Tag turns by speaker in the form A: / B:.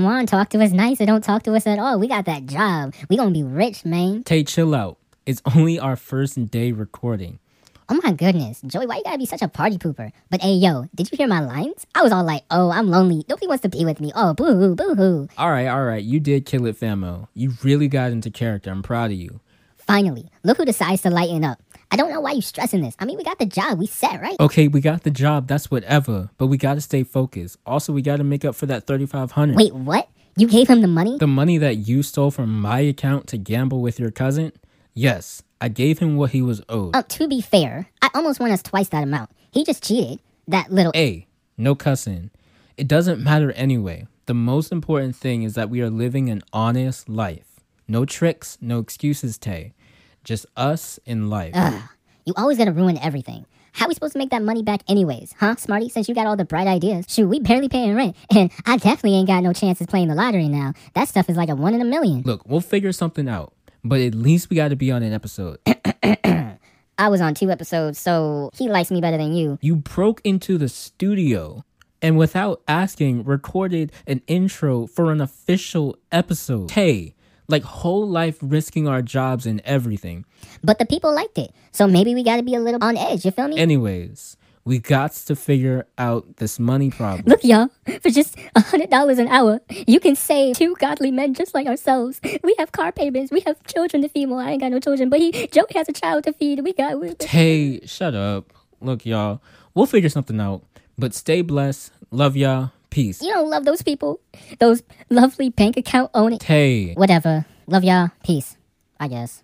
A: want to talk to us nice or don't talk to us at all. We got that job. We gonna be rich, man.
B: Tay, chill out. It's only our first day recording.
A: Oh my goodness, Joey, why you gotta be such a party pooper? But hey, yo, did you hear my lines? I was all like, oh, I'm lonely. Nobody wants to be with me. Oh, boo hoo, boo hoo.
B: All right, all right. You did kill it, Famo. You really got into character. I'm proud of you.
A: Finally, look who decides to lighten up. I don't know why you stressing this. I mean, we got the job. We set, right?
B: Okay, we got the job. That's whatever. But we got to stay focused. Also, we got to make up for that 3500
A: Wait, what? You gave him the money?
B: The money that you stole from my account to gamble with your cousin? Yes, I gave him what he was owed.
A: Uh, to be fair, I almost won us twice that amount. He just cheated. That little.
B: hey, no cussing. It doesn't matter anyway. The most important thing is that we are living an honest life. No tricks, no excuses, Tay. Just us in life.
A: You always gonna ruin everything. How we supposed to make that money back anyways, huh, Smarty? Since you got all the bright ideas. Shoot, we barely paying rent, and I definitely ain't got no chances playing the lottery now. That stuff is like a one in a million.
B: Look, we'll figure something out, but at least we got to be on an episode.
A: I was on two episodes, so he likes me better than you.
B: you broke into the studio and without asking recorded an intro for an official episode. Hey, like whole life risking our jobs and everything.
A: But the people liked it, so maybe we gotta be a little on edge, you feel me?
B: Anyways, we got to figure out this money problem.
A: Look, y'all, for just $100 an hour, you can save two godly men just like ourselves. We have car payments, we have children to feed. Well, I ain't got no children, but he, Joey has a child to feed. We got. We,
B: Hey, shut up. Look, y'all, we'll figure something out. But stay blessed. Love y'all. Peace.
A: you don't love those people, those lovely bank account owners.
B: Hey.
A: Whatever. Love y'all. Peace, I guess.